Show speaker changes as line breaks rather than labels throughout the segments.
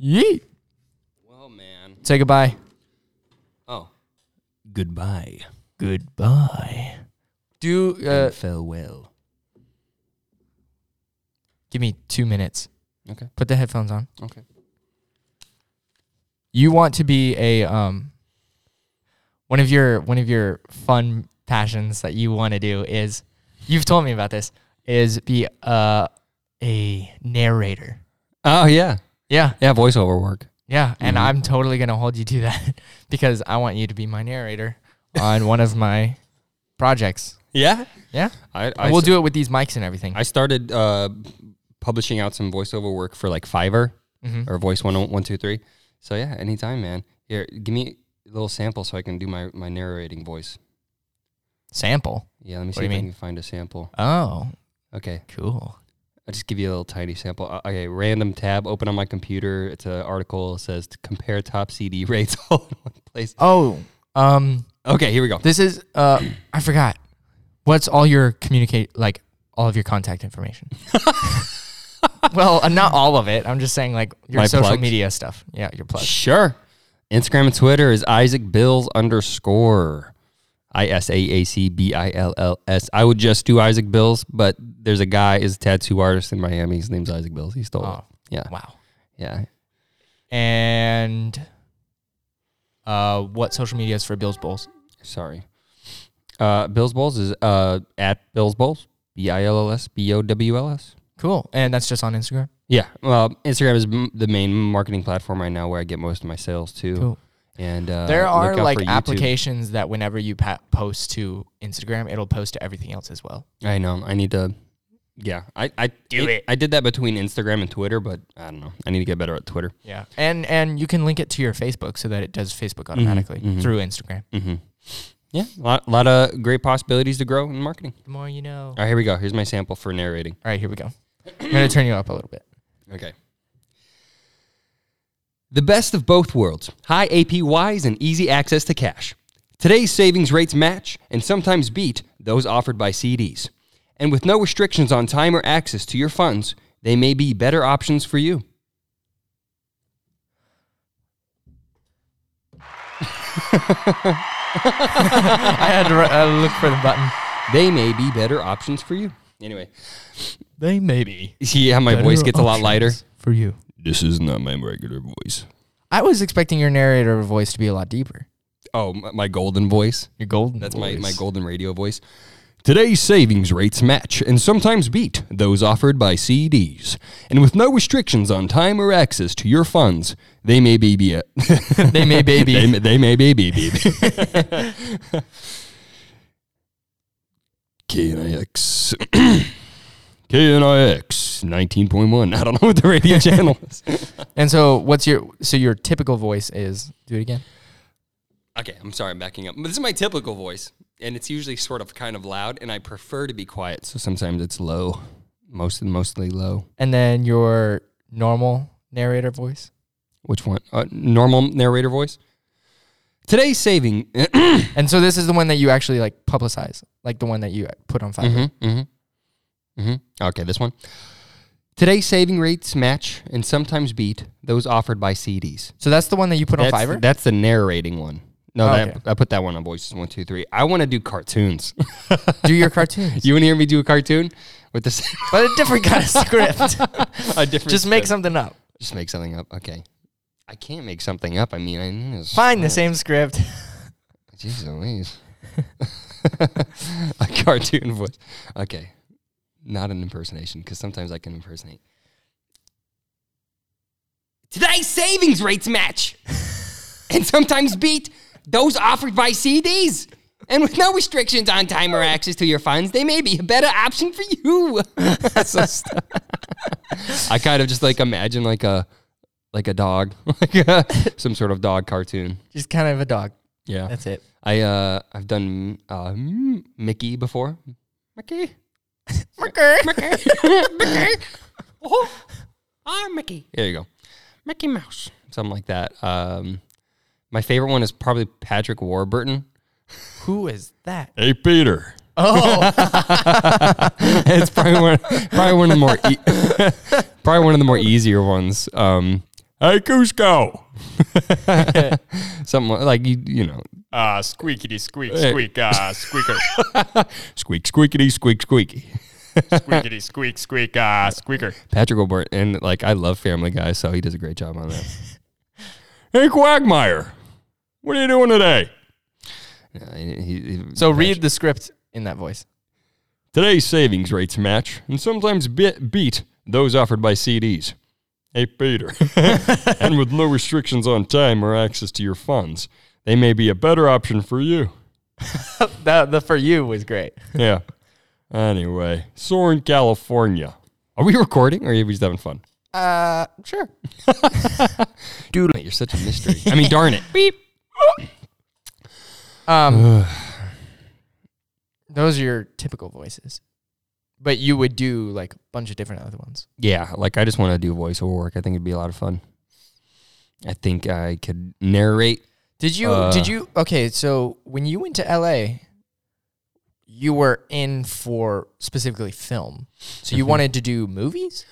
Yeet.
Well, man.
Say goodbye.
Oh. Goodbye.
Goodbye. Do uh,
farewell.
give me two minutes.
Okay.
Put the headphones on.
Okay.
You want to be a um one of your one of your fun passions that you want to do is you've told me about this is be uh a narrator.
Oh yeah,
Yeah. Mm-hmm.
yeah. Voiceover work.
Yeah, and
Mhm.
I'm totally going to hold you to that because I want you to be my narrator on one of my projects.
Yeah.
Yeah.
I,
And
I
we'll
s-
do it with these mics and everything.
I started uh, publishing out some voiceover work for like Fiverr
Mhm.
or Voice One One Two Three. So yeah, anytime, man. Here, give me a little sample so I can do my my narrating voice.
Sample.
Yeah, let me
What
see
do
if
you
I
mean?
can find a sample.
Oh,
Okay,
cool.
I'll just give you a little tiny sample. Uh, okay, random tab open on my computer. It's an article. It says to compare top CD rates all in one place.
Oh, um
Okay, here we go.
this is uh I forgot. What's all your communicate like all of your contact information? well, uh, not all of it. I'm just saying like your
My
social
plugs?
media stuff. Yeah, your plug.
Sure. Instagram and Twitter is Isaac Bills underscore I S A A C B I L L S. I would just do Isaac Bills, but there's a guy is a tattoo artist in Miami. His name's Isaac Bills. He stole
Oh,
it. Yeah,
wow.
yeah.
And uh what social media is for Bills Bowls?
Sorry. Uh, Bills Bowls is uh at Bills Bowls B I L L S B O W L S.
Cool. And that's just on Instagram.
Yeah. Well, Instagram is m- the main marketing platform right now where I get most of my sales too.
Cool.
And uh,
There are
look out
like
for YouTube.
applications that whenever you pa- post to Instagram, it'll post to everything else as well.
I know. I need to. Yeah, I I
Do it.
I did that between Instagram and Twitter, but I don't know. I need to get better at Twitter.
Yeah. And and you can link it to your Facebook so that it does Facebook automatically
mhm.
through Instagram.
Mm-hmm. Yeah, a lot, lot of great possibilities to grow in marketing.
The more you know.
All right, here we go. Here's my sample for narrating.
All right, here we go. I'm gonna turn you up a little bit.
Okay. The best of both worlds high APYs and easy access to cash. Today's savings rates match and sometimes beat those offered by CDs. And with no restrictions on time or access to your funds, they may be better options for you.
I had to look for the button.
They may be better options for you. Anyway,
They may be.
see how my voice gets a lot lighter?
for you.
This is not my regular voice.
I was expecting your narrator voice to be a lot deeper.
Oh, my, my golden voice.
Your golden.
That's my, my
voice.
golden radio voice. Today's savings rates match and sometimes beat those offered by CDs. And with no restrictions on time or access to your funds, they may be. be a
they may baby.
they, may- they may be. be, be. KNIX. KNIX 19.1. I don't know what the radio channel is.
and so, what's your so your typical voice is? Do it again.
Okay, I'm sorry, I'm backing up. But This is my typical voice, and it's usually sort of kind of loud, and I prefer to be quiet. So sometimes it's low, most mostly low.
And then your normal narrator voice.
Which one? Uh, normal narrator voice. Today's saving. mm-hmm,
And so this is the one that you actually like publicize, like the one that you put on Fiverr.
Mm-hmm, mm-hmm, mm-hmm. Okay, this one. Today's saving rates match and sometimes beat those offered by CDs.
So that's the one that you put
that's,
on Fiverr.
That's the narrating one. No,
Oh,
that,
okay.
I put that one on voices one, two, three. I want to do cartoons.
Do your cartoons,
you want to hear me do a cartoon with the same,
but a different kind of script.
a different?
Just make
spin?
something up.
Just make something up. Okay. I can't make something up. I mean, I mean, it's-
Find the same script.
Jeez Louise. a cartoon voice. Okay. Not an impersonation, because sometimes I can impersonate. Today's savings rates match and sometimes beat those offered by CDs. And with no restrictions on time or access to your funds, they may be a better option for you. So st- I kind of just like imagine like a like a dog, like a, some sort of dog cartoon.
Just kind of a dog.
Yeah.
That's it.
I uh I've done uh M- Mickey before. Mickey. Mickey. Mickey. Oh, I'm Mickey. There you go. Mickey Mouse. Something like that. Um my favorite one is probably Patrick Warburton.
Who is that?
Hey Peter.
Oh,
it's probably one probably one of the more e- probably one of the more easier ones. Um
Hey, Cusco.
Something like you, you know,
Uh,
Ah, squeakity squeak
Hey.
squeak. Ah, squeaker.
squeak, squeakity, squeak, squeaky.
Squeakity squeak squeak.
uh,
Ah, squeaker.
Patrick O'Bart, and like I love Family Guy, so he does a great job on that.
Hey, Quagmire. What are you doing today?
Yeah, he- he- he-
So read the script in that voice.
Today's savings rates match and sometimes bit beat those offered by CDs. Hey, Peter. and with no restrictions on time or access to your funds, they may be a better option for you.
That the for you was great.
Yeah. Anyway, Soren, California.
are we recording or are we just having fun?
Uh, sure.
Dude, you're such a mystery. I mean, darn it.
Beep. um, those are your typical voices, but you would do like a bunch of different other ones.
Yeah, like I just want to do voiceover work. I think it'd be a lot of fun. I think I could narrate.
Did you?
Uh,
did you? Okay, so when you went to LA, you were in for specifically film. So you wanted to do movies,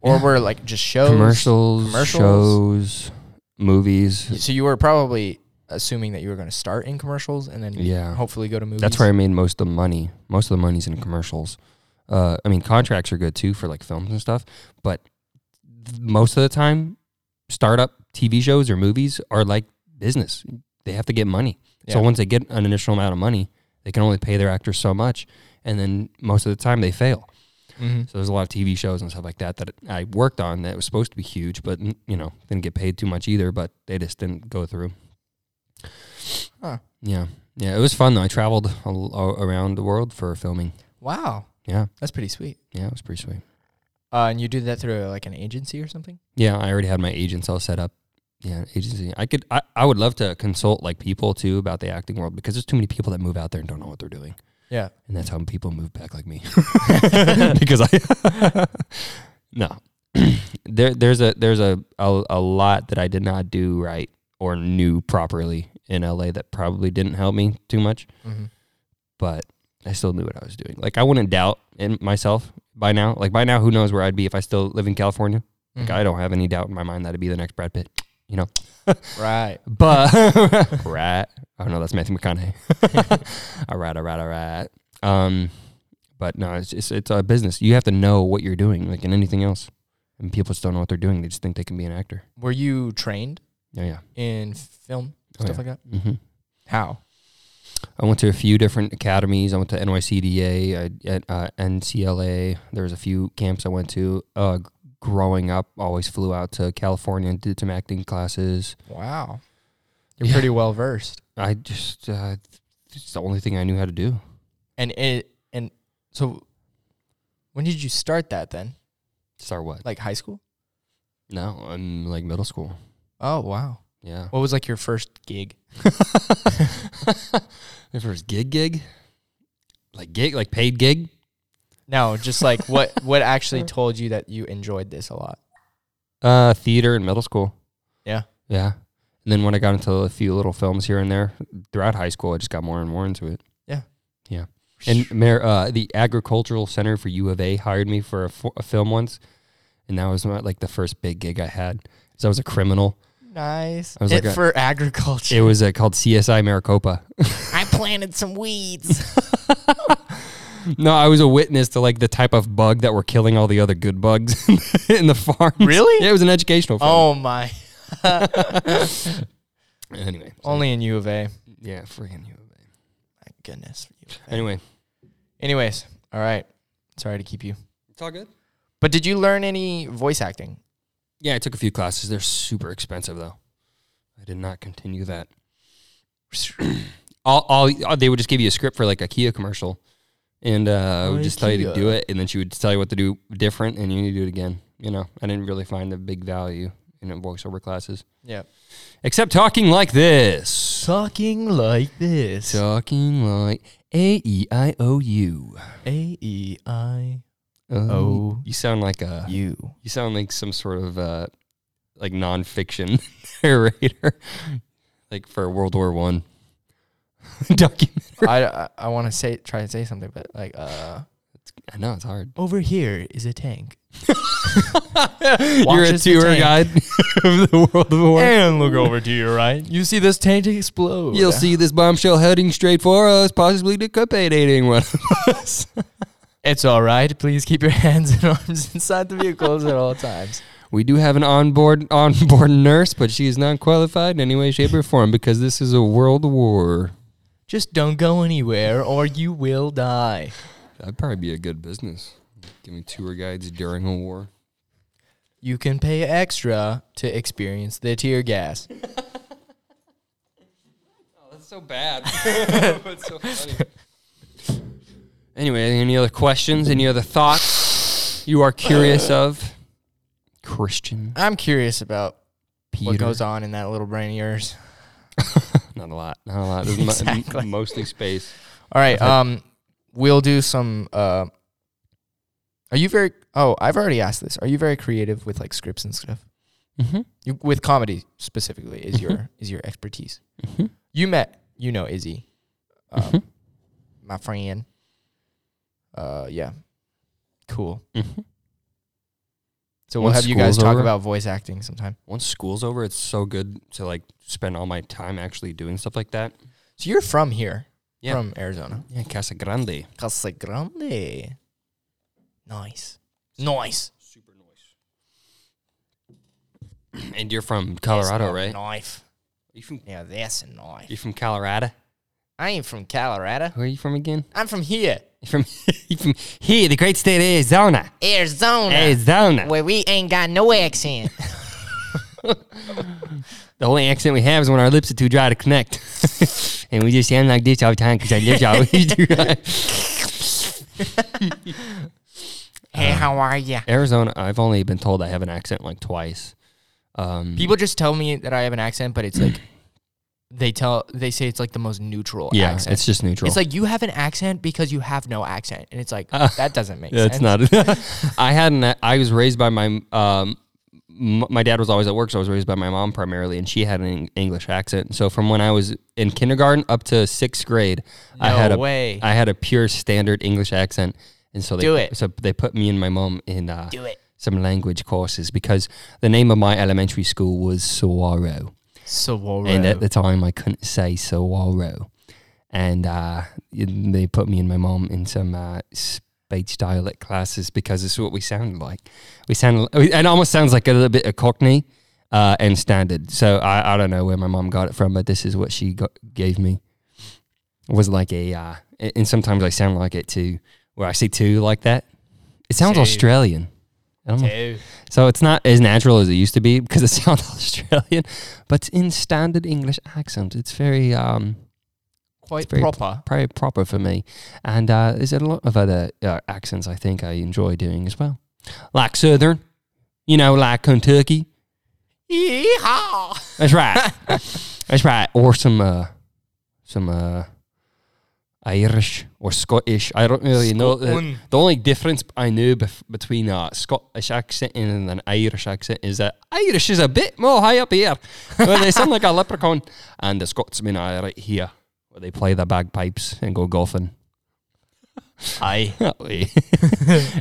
or were like just shows,
commercials,
commercials.
shows, movies.
So you were probably assuming that you were going to start in commercials and then
Yeah.
hopefully go to movies.
That's where I made most of the money. Most of the money's in commercials. Uh, I mean, contracts are good too for like films and stuff, but th- most of the time, startup TV shows or movies are like business. They have to get money. So
Yeah.
once they get an initial amount of money, they can only pay their actors so much, and then most of the time they fail.
Mhm.
So there's a lot of TV shows and stuff like that that I worked on that was supposed to be huge, but n- you know didn't get paid too much either. But they just didn't go through.
Huh.
Yeah, yeah, it was fun though. I traveled a- a- around the world for filming.
Wow,
Yeah,
that's pretty sweet.
yeah, it was pretty sweet.
Uh, and you did that through like an agency or something?
Yeah, I already had my agents all set up. Yeah, agency. I could. I, I would love to consult like people too about the acting world because there's too many people that move out there and don't know what they're doing.
Yeah.
and that's how people move back like me because I no there there's a there's a, a a lot that I did not do right or knew properly in LA that probably didn't help me too much
Mm-hmm.
but I still knew what I was doing like I wouldn't doubt in myself by now like by now who knows where I'd be if I still live in California like
Mm-hmm.
I don't have any doubt in my mind that I'd be the next Brad Pitt you know
Right.
but right. Oh no, that's Matthew McConaughey. all right, all right, all right. Um, but no, it's just, it's a business. You have to know what you're doing, like in anything else. And people just don't know what they're doing. They just think they can be an actor.
Were you trained
Yeah, yeah.
in film
Oh,
stuff
yeah.
like that?
hmm
How?
I went to a few different academies. I went to NYCDA, I, at uh, NCLA. There was a few camps I went to. Uh, g- growing up, always flew out to California and did some acting classes.
Wow. You're
Yeah.
pretty well versed.
I just, uh, it's the only thing I knew how to do.
And it and so when did you start that then?
Start what?
Like high school?
No, I'm like middle school.
Oh wow.
Yeah.
What was like your first gig?
My first gig gig? Like gig, like paid gig?
No, just like what what actually told you that you enjoyed this a lot?
Uh theater in middle school.
Yeah.
Yeah. And then when I got into a few little films here and there throughout high school, I just got more and more into it.
Yeah.
Yeah. And Mar- uh, the Agricultural Center for U of A hired me for a, fo- a film once. And that was my, like the first big gig I had. So I was a criminal.
Nice.
I was
It
like a-
for agriculture.
It was uh, called CSI Maricopa.
I planted some weeds.
No, I was a witness to like the type of bug that were killing all the other good bugs in the farm.
Really?
Yeah, it was an educational farm.
oh my.
Oh. Anyway. so-
Only in U of A.
yeah, freaking you.
My goodness.
Anyway.
Anyways, all right. Sorry to keep you.
It's all good.
But did you learn any voice acting?
Yeah, I took a few classes. They're super expensive though. I did not continue that. all, all, all- they would just give you a script for like a Kia commercial and uh would just tell you to
Ikea.
do it and then she would tell you what to do different and you need to do it again. You know, I didn't really find a big value in voiceover classes.
Yeah.
Except talking like this.
Talking like this.
Talking like A E I O U.
A E I
Oh,
O.
you sound like a
U.
you sound like some sort of uh, like nonfiction narrator, like for World War One documentary.
I I, I want to say try to say something, but like uh,
I know it's hard.
Over here is a tank.
You're a
Watches the
tour
tank.
guide of the world of war.
And look over to your right. You see this tank explode.
You'll see this bombshell heading straight for us, possibly decapitating one of us.
It's all right. Please keep your hands and arms inside the vehicles at all times.
We do have an onboard onboard nurse, but she is not qualified in any way, shape, or form because this is a world war.
Just don't go anywhere or you will die.
That'd probably be a good business. Giving tour guides during a war.
You can pay extra to experience the tear gas.
Oh, That's so bad. That's so funny. Anyway, any other questions? Any other thoughts you are curious of? Christian
I'm curious about
Peter.
what goes on in that little brain of yours.
Not a lot. Not a lot. This is mo-
Exactly.
mostly space.
All right. Um, we'll do some. Uh, are you very? Oh, I've already asked this. Are you very creative with like scripts and stuff?
Mm-hmm.
You, with comedy specifically is your is your expertise.
Mhm.
You met, you know, Izzy, um,
Mm-hmm.
my friend. Uh, yeah, cool.
Mhm.
So we'll
Once
have you guys
school's
talk
over?
about voice acting sometime.
Once school's over, it's so good to like spend all my time actually doing stuff like that.
So you're from here,
Yeah.
from Arizona,
Yeah, Casa Grande.
Casa Grande. Nice, nice.
Super noise. And you're from Colorado,
That's a
right?
Knife.
You from
Yeah, that's a knife.
you from Colorado?
I ain't from Colorado.
Where are you from again?
I'm from here,
You from you from here, the great state of Arizona.
Arizona, Uh-huh.
Arizona.
where we ain't got no accent.
The only accent we have is when our lips are too dry to connect. and we just sound like this all the time because our lips are always too dry.
hey, how are ya?
Arizona, I've only been told I have an accent like twice. Um,
People just tell me that I have an accent, but it's like they tell they say it's like the most neutral
yeah,
accent.
it's just neutral.
It's like you have an accent because you have no accent, and it's like that doesn't make
Yeah,
sense.
it's not. I had an. I was raised by my. Um, m- my dad was always at work, so I was raised by my mom primarily, and she had an Eng- English accent. So from when I was in kindergarten up to sixth grade, I
No
had a
way.
I had a pure standard English accent, and so they
Do it.
So they put me and my mom in uh,
Do it.
some language courses because the name of my elementary school was Saguaro.
So
And at the time, I couldn't say Saguaro. And uh, y- they put me and my mom in some uh, speech dialect classes because it's what we sounded like. We sounded, li- it almost sounds like a little bit of Cockney uh, and standard. So I, I don't know where my mom got it from, but this is what she got, gave me. It was like a, uh, a- and sometimes I sound like it too, where I say too like that. It sounds
Too.
Australian. I don't know. So it's not as natural as it used to be because it sounds Australian, but in standard English accent, it's very um
quite
very-
proper.
very proper for me. And uh, there's a lot of other uh, accents I think I enjoy doing as well, like Southern, you know, like Kentucky.
Yeehaw!
That's right. That's right. Or some uh, some uh, Irish or Scottish. I don't really know. The,
Scotland.
the only difference I knew bef- between a Scottish accent and an Irish accent is that Irish is a bit more high up here, where they sound like a leprechaun, and the Scotsmen are right here, where they play the bagpipes and go golfing.
Aye.
That way.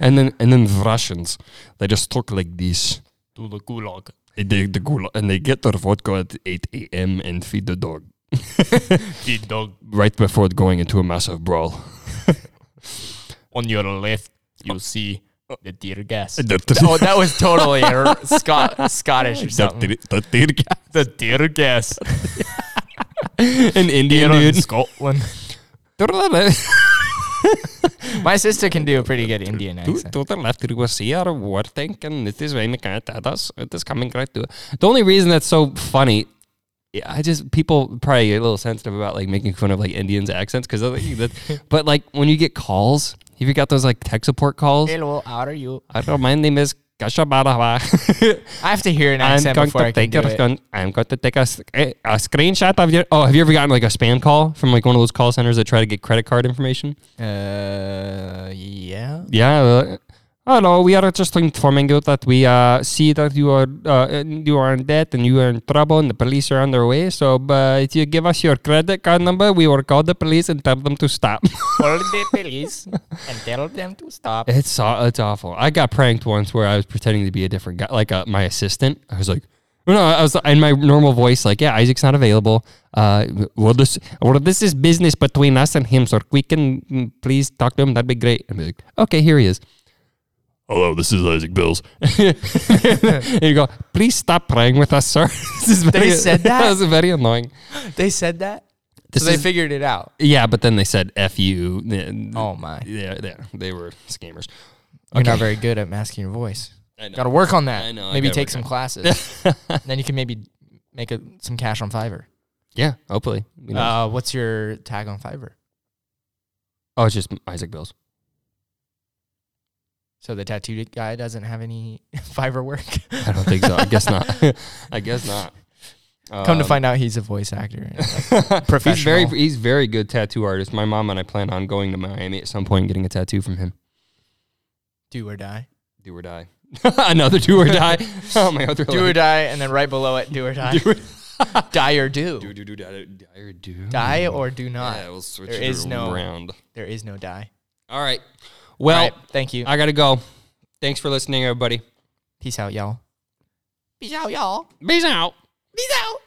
and then and then the Russians, they just talk like this.
To the gulag.
They, the gulag, and they get their vodka at 8 a.m. and feed the dog.
Big dog
right before going into a massive brawl.
on your left. You see the tear gas.
The-
oh, that was totally er- Scot- Scottish or something. The tear gas.
An Indian dude.
Scotland.
To the left,
My sister can do a pretty good Indian
to,
accent.
to the left, you will see our war tank, and it is raining at us. It is coming right to. The only reason that's so funny, yeah, I just people probably get a little sensitive about like making fun of like Indians accents because that. But like when you get calls, have you got those like tech support calls?
Hello, how are you?
I don't. My name is Gashabarawa.
I have to hear an
I'm
accent
going
before
to
I can
take
do
a,
it.
sc- I'm going to take a, sc- eh, a screenshot of your. Oh, have you ever gotten like a spam call from like one of those call centers that try to get credit card information?
Uh, yeah.
Yeah. uh,
Hello, oh, we are just informing you that we uh, see that you are uh, you are in debt and you are in trouble and the police are on their way. So uh, if you give us your credit card number, we will call the police and tell them to stop.
Call the police and tell them to stop.
it's aw- it's awful.
I got pranked once where I was pretending to be a different guy, like uh, my assistant. I was like, "Oh, no, I was in my normal voice, like, yeah, Isaac's not available. Uh, well, this, well, this is business between us and him, so if we can mm, please talk to him. That'd be great. And be like, okay, here he is. Hello, this is Isaac Bills. and you go, please stop praying with us, sir. this is very,
said that?
was very annoying.
They said that,
This
so they
is-
figured it out.
yeah, but then they said "f you." Oh,
Oh my,
yeah, yeah, they were scammers.
you're not very good at masking your voice.
I know.
Got to work on that.
I know, I
Maybe
gotta
take
work
some classes. And then you can maybe make a, some cash on Fiverr.
Yeah, hopefully. You know.
Uh, what's your tag on Fiverr?
oh, it's just Isaac Bills.
So the tattooed guy doesn't have any Fiverr work.
I don't think so. I guess not. I guess not.
Come to
Um,
find out, he's a voice actor. professional.
he's very he's very good tattoo artist. My mom and I plan on going to Miami at some point and getting a tattoo from him.
do or die.
Do or die. Another do or die. oh my other
Do or
leg.
die, and then right below it, do or die.
Do or-
die or do.
do do do die, die or do
Die or do not.
Yeah, we'll switch
There
it
is no-
around.
There is no die.
All right. Well,
All right, thank you.
I gotta go. Thanks for listening, everybody.
Peace out, y'all. Peace out, y'all.
Peace out.
Peace out.